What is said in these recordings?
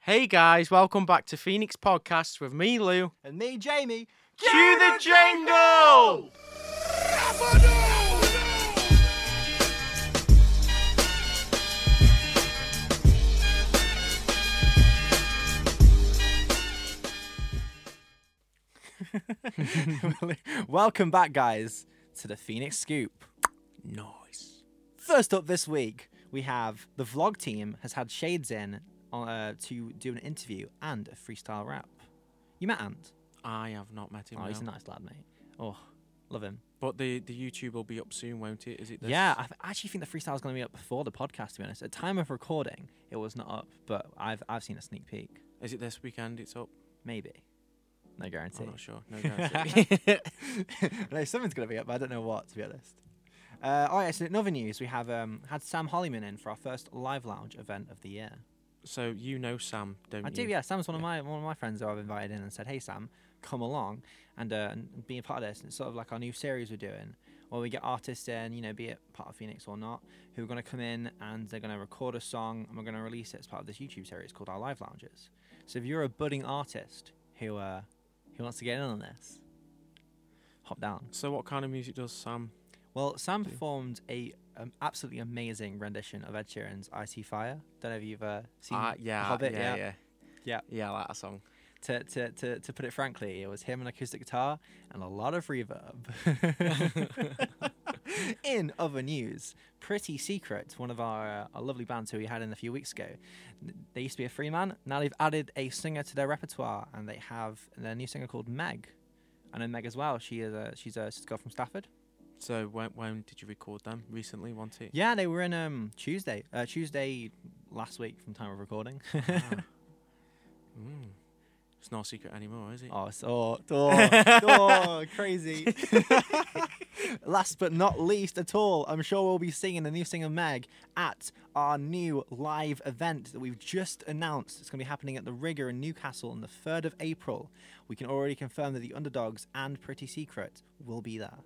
Hey guys, welcome back to Phoenix Podcasts with me, Lou. And me, Jamie. Cue the jingle! Welcome back, guys, to the Phoenix Scoop. Nice. First up this week, we have the vlog team has had Shades in uh, to do an interview and a freestyle rap. You met Ant? I have not met him. Oh, he's a no. nice lad, mate. Oh, love him. But the, the YouTube will be up soon, won't it? Is it this? Yeah, I th- actually think the freestyle is going to be up before the podcast. To be honest, at time of recording, it was not up, but I've I've seen a sneak peek. Is it this weekend it's up? Maybe, no guarantee. I'm not sure. No guarantee. no, something's gonna be up, but I don't know what. To be honest. Uh, all right. So in other news, we have um, had Sam Hollyman in for our first live lounge event of the year. so you know Sam, don't I you? do. Yeah, Sam's one of my one of my friends who I've invited in and said, "Hey, Sam, come along and, uh, and be a part of this." And it's sort of like our new series we're doing, where we get artists in, you know, be it part of Phoenix or not, who are going to come in and they're going to record a song and we're going to release it as part of this YouTube series called Our Live Lounges. So if you're a budding artist who uh, who wants to get in on this, hop down. So what kind of music does Sam? Well, Sam performed a um, absolutely amazing rendition of Ed Sheeran's "I See Fire." Don't know if you've uh, seen Ah, The yeah, Hobbit. yeah, yeah. yeah, Yeah. yeah. I like that song. to, to, to, to put it frankly, it was him and acoustic guitar and a lot of reverb. in other news, Pretty Secret, one of our, uh, our lovely bands who we had in a few weeks ago, n- they used to be a free man. Now they've added a singer to their repertoire and they have their new singer called Meg. I know Meg as well. She is a, she's a, she's a girl from Stafford. So when when did you record them? Recently, wasn't it? Yeah, they were in um, Tuesday, uh, Tuesday last week from time of recording. Mm. Ah. It's not a secret anymore, is it? Oh, so oh, oh, crazy. Last but not least at all, I'm sure we'll be seeing the new singer Meg at our new live event that we've just announced. It's going to be happening at the Rigger in Newcastle on the 3rd of April. We can already confirm that the Underdogs and Pretty Secret will be there.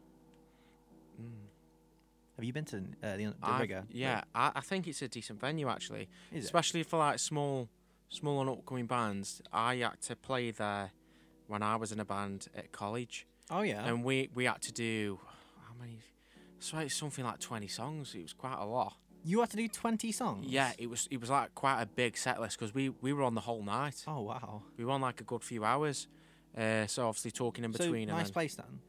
Have you been to uh, the, Un- the Mm. I've- Rigger? Yeah, I, I think it's a decent venue actually, Is it? especially for like small, small and upcoming bands. I had to play there when I was in a band at college, Oh yeah. and we we had to do how many? So it's something like twenty songs. It was quite a lot. you have to do 20 songs. Yeah, it was it was like quite a big set list because we we were on the whole night. Oh wow. We were on like a good few hours. Uh, so obviously talking in between. so and nice then, place then.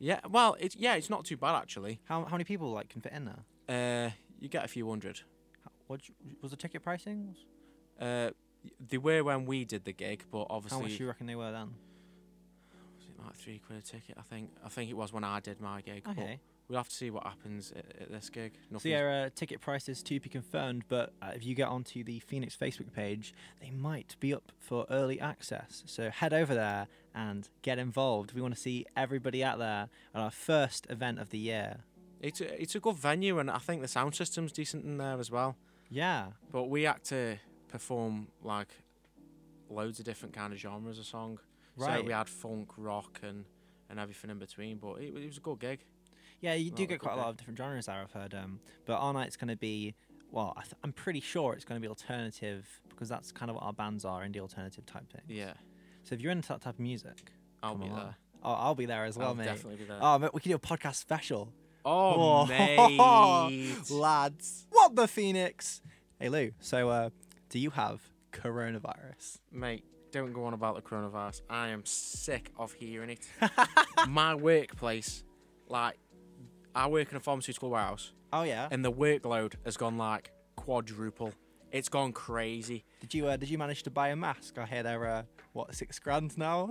Yeah, well, it's yeah, it's not too bad actually. How, how many people like can fit in there? Uh, you get a few hundred. What was the ticket pricing? Uh, they were when we did the gig, but obviously How much do you reckon they were then? was it like three quid a ticket. I think I think it was when I did my gig. but Okay. we'll have to see what happens at, at this gig. So Nothing. yeah, uh, ticket prices to be confirmed, but uh, if you get onto the Phoenix Facebook page, they might be up for early access. So head over there and get involved. We want to see everybody out there at our first event of the year. It's a, it's a good venue, and I think the sound system's decent in there as well. Yeah. But we had to perform like loads of different kind of genres of song. So Right. we had funk, rock, and and everything in between. But it, wa- it was a good gig. Yeah, you do Well, get good quite a day. lot of different genres there, I've heard. Um, but our night's going to be, well, I th- I'm pretty sure it's going to be alternative because that's kind of what our bands are, indie alternative type thing. Yeah, So if you're into that type of music, I'll come be along. there. Oh, I'll be there as well, I'll mate. definitely be there. Oh, mate, we can do a podcast special. Oh, mate. lads. What the Phoenix? Hey, Lou, so uh, do you have coronavirus? Mate, don't go on about the coronavirus. I am sick of hearing it. My workplace, like, I work in a pharmaceutical warehouse, Oh, yeah. and the workload has gone like quadruple. It's gone crazy. Did you uh, did you manage to buy a mask? I hear they're, uh, what, six grand now?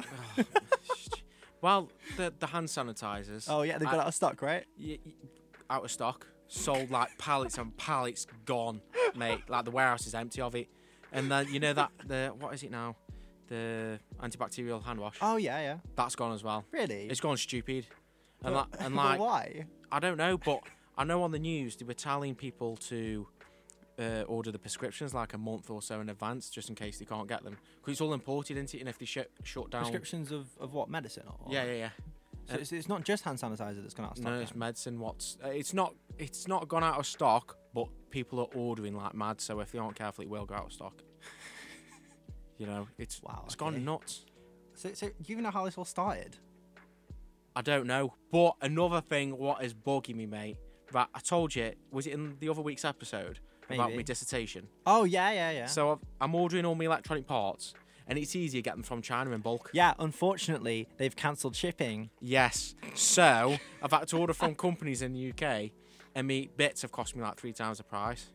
well, the the hand sanitizers. oh, yeah, they've got I- out of stock, right? y- y- out of stock. Sold like pallets and pallets gone, mate. Like the warehouse is empty of it. And then you know that the what is it now? The antibacterial hand wash. Oh, yeah, yeah. That's gone as well. Really? It's gone stupid. And, But- like, and but like, why? I don't know, but I know on the news they were telling people to uh, order the prescriptions like a month or so in advance, just in case they can't get them, because it's all imported, isn't it? And if they shut shut down, Prescriptions of, of what, medicine? Or? yeah, yeah, yeah. So it's, it's not just hand sanitizer that's gone out of stock. No, then? it's medicine. What's uh, it's not it's not gone out of stock, but people are ordering like mad. So if they aren't careful, it will go out of stock. You know, it's Wow, it's gone okay. nuts. So, so do you even know how this all started? I don't know. But another thing, what is bugging me, mate? Right, I told you. Was it in the other week's episode about Maybe. my dissertation? Oh yeah, yeah, yeah. So I've, I'm ordering all my electronic parts, and it's easier getting them from China in bulk. yeah, unfortunately, they've cancelled shipping. Yes. So I've had to order from companies in the UK, and me bits have cost me like three times the price.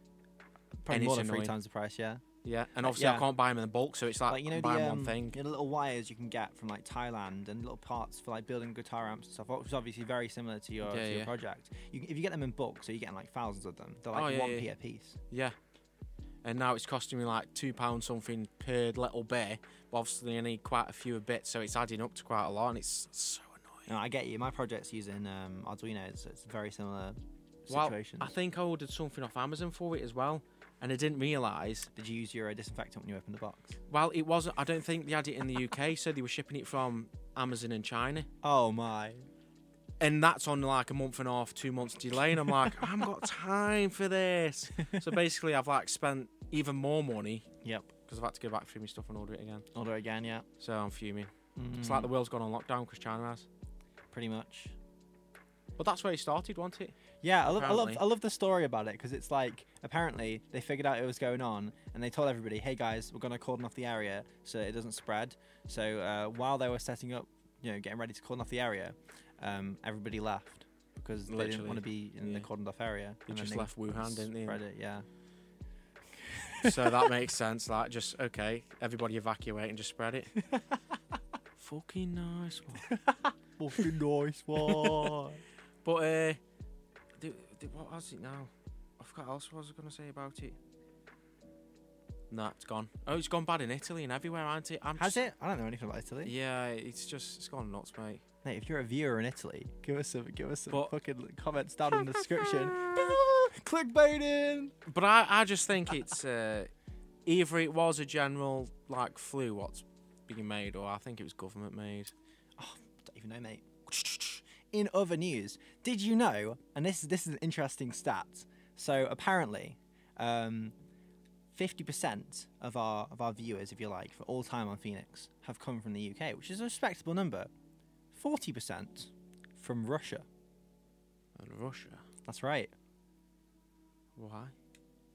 Probably And more it's than three annoying. times the price. Yeah. Yeah, and obviously yeah. I can't buy them in bulk, so it's like, like you know I'm the, buying um, one thing. you know, the little wires you can get from like Thailand and little parts for like building guitar amps and stuff, which is obviously very similar to your, Yeah, to your yeah. project. You, can- if you get them in bulk, so you're getting like thousands of them. They're Oh, like yeah, one yeah, p yeah. a piece. Yeah. And now it's costing me like two pounds something per little bit. But obviously I need quite a few bits, so it's adding up to quite a lot, and it's so annoying. No, I get you. My project's using um, Arduino, so it's very similar Well, situations. I think I ordered something off Amazon for it as well, and I didn't realise. Did you use your uh, disinfectant when you opened the box? Well, it wasn't. I don't think they had it in the UK, so they were shipping it from Amazon in China. Oh my! and that's on like a month and a half, two months delay, and I'm like, I haven't got time for this. So basically, I've like spent even more money Yep. because I've had to go back through my stuff and order it again. Order again, yeah. So I'm fuming. It's Hmm. like the world's gone on lockdown because China has. Mm, pretty much. But that's where it started, wasn't it? Yeah, I love, I love, Apparently. I love the story about it because it's like apparently they figured out it was going on and they told everybody, "Hey guys, we're gonna cordon off the area so it doesn't spread." So uh, while they were setting up, you know, getting ready to cordon off the area, um, everybody left because they didn't Literally, want to be in the yeah. cordoned off area. They and then just left Wuhan, didn't they? Spread it, yeah. so that makes sense. Like, just okay, everybody evacuate and just spread it. Fucking nice one. Fucking nice one. But uh, do, do, what was it now? I forgot else what I was gonna say about it. Nah, it's gone. Oh, it's gone bad in Italy and everywhere, hasn't it? I'm Has just- it? I don't know anything about Italy. Yeah, it's just it's gone nuts, mate. Mate, if you're a viewer in Italy, give us some, give us some But- fucking comments down in the description. Clickbaiting. But I, I just think it's uh, either it was a general like flu what's being made, or I think it was government made. Don't even know, mate. In other news, did you know? And this this is an interesting stat. So apparently, um, 50% of our of our viewers, if you like, for all time on Phoenix, have come from the UK, which is a respectable number. 40% from Russia. And Russia, That's right, why?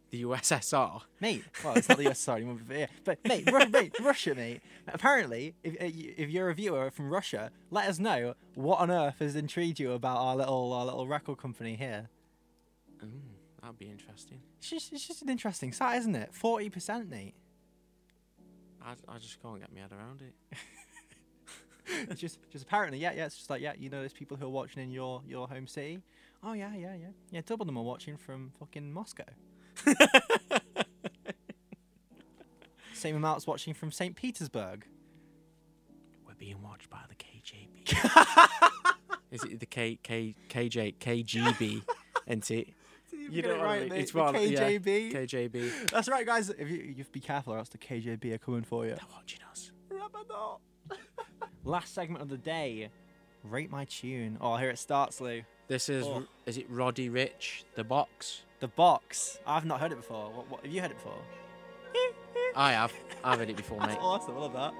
The USSR. mate. Well, it's not the US sorry, but yeah, but mate, Ru- mate, Russia, mate. Apparently, if uh, you- if you're a viewer from Russia, let us know what on earth has intrigued you about our little our little record company here. Mm, that'd be interesting. It's just, it's just an interesting stat, isn't it? Forty percent, mate. I, I just can't get my head around it. It's just, just apparently, yeah, yeah. It's just like, yeah, you know, there's people who are watching in your your home city. Oh yeah, yeah, yeah, yeah. Double them are watching from fucking Moscow. Same amount's watching from Saint Petersburg. We're being watched by the KGB. Is it the K K KJ KGB? Isn't it? You know what I mean? It's one- yeah, KJB. KJB. That's right, guys. If you, you be careful, or else the KJB are coming for you. They're watching us. Last segment of the day. Rate my tune. Oh, here it starts, Lou. This is Oh. is it Roddy Rich the box? The box. I've not heard it before. What, what have you heard it before? I have I've had it before, That's mate. awesome. I love that.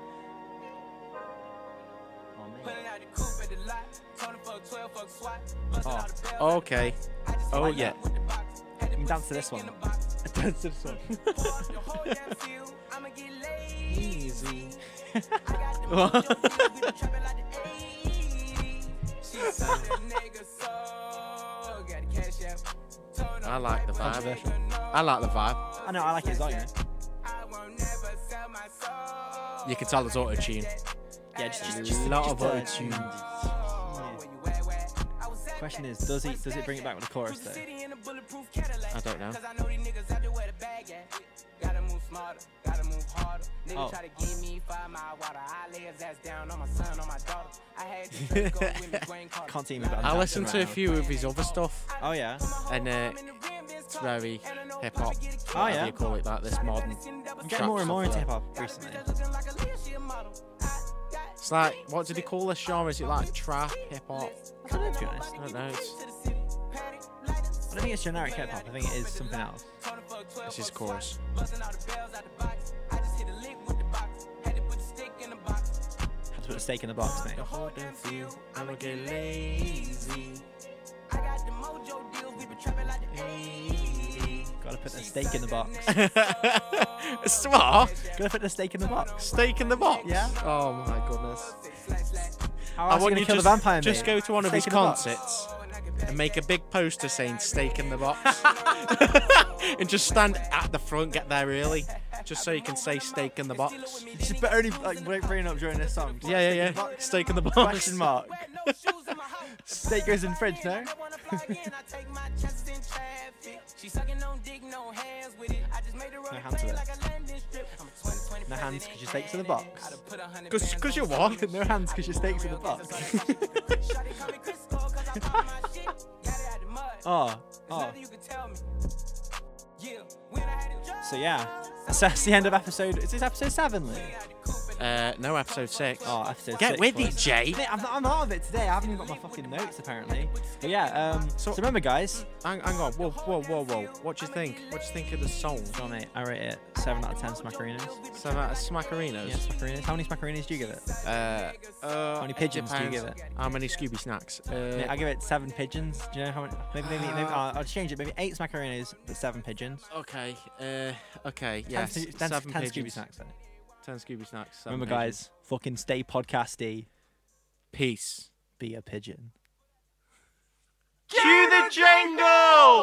Oh, mate. Pulling out the coupe at the lot. Tony fuck 12, fuck SWAT. Busting Oh, out the bells. Okay. I just Oh, went yeah. out with the box. Had can put dance to stick this one. in the box. That's so fun. Pour up the whole damn field. I'ma get laid. Easy. I got the mojo, we be trapping like the 80s. She sold that nigga soul. Got the cash out. Tone I up like the right, but vibe. nigga know. I like the vibe. I know, I like it as well, you know. I won't never sell my soul. You can tell it's I got auto-tune. that- Yeah, just, just, A just lot just, of uh, auto-tune. yeah. Where you at, where? I was at Question that. is, does it does it bring it back with the chorus Cruise the though? city in a bulletproof Cadillac. I don't know. 'Cause I know these niggas out there where the bag at. Gotta move smarter, gotta move harder. Nigga Oh. try to give me five mile water. I lay his ass down on my son, on my daughter. I had to trade go with me, Dwayne Carter. Can't see me, but I'm I dancing listened to a around. few of his other stuff, Oh yeah. and uh, it's very hip hop. Oh, yeah. you call it like this modern. I'm Trap getting more and more into stuff. hip hop recently. It's like what did he call this genre? Is it like trap hip hop? I don't know to be honest. I don't know. It's, I don't think it's generic hip hop. I think it is something else. it's his chorus. Busting all the bells out the box. I just hit a lick with the box. to put a steak in the box, mate. Oh, I'ma get lazy. I got the mojo deals, we been trapping like the 80s. Gotta put a steak in the box. Smart. Gotta put a steak in the box. Steak in the box. Yeah. Oh my goodness. Slash, slash. How else are you gonna kill just, the vampire, just mate? go to one of Steak his in the box. concerts and make a big poster saying "Steak in the Box" and just stand at the front, get there early, just so you can say "Steak in the Box." Just but only like bring- bring it up during this song. Just Yeah, yeah, steak in the yeah. box. Steak in the Box. Question mark. Wear no shoes in my house. Steak goes in fridge, no? They wanna fly again, I take my chances in traffic. She sucking on dick, no hands with it. I just made her run No it hands with plain it. like a landing strip. I'm a 2020 No hands president, 'cause your steak's in the box. I'da put a hundred Cause, bands cause on you're what? No hands because your steak's in the box. Shawty call me Crisco 'cause I pop my shit. Got it out the mud. oh, There's oh. nothing you can tell me. Yeah, when I had a job, So yeah, that's, that's the end of episode. Is this episode seven, Lee? Uh, no, episode six. Oh, episode Get six. with boys. it, Jay. Mate, I'm, I'm out of it today. I haven't even got my fucking notes apparently. But yeah, um, so, So- remember, guys. Hang, hang on. Whoa, whoa, whoa, whoa. What do you think? What do you think of the song? Oh mate, I rate it seven out of ten smacarinos. So that is Smackerinos. Yeah, smacarinos. How many smacarinos do you give it? Uh, uh, How many pigeons do you give depends. it? How many Scooby snacks? Uh, Mate, I give it seven pigeons. Do you know how many? Maybe, maybe, maybe Ah. I'll, I'll change it. Maybe eight smacarinos, but seven pigeons. Okay. Uh, okay. Yes. ten, Scoo- ten, seven ten Scooby pigeons. snacks. Then. Ten Scooby snacks. seven Remember, pigeons. guys, fucking stay podcasty. Peace. Be a pigeon. Cue the jingle.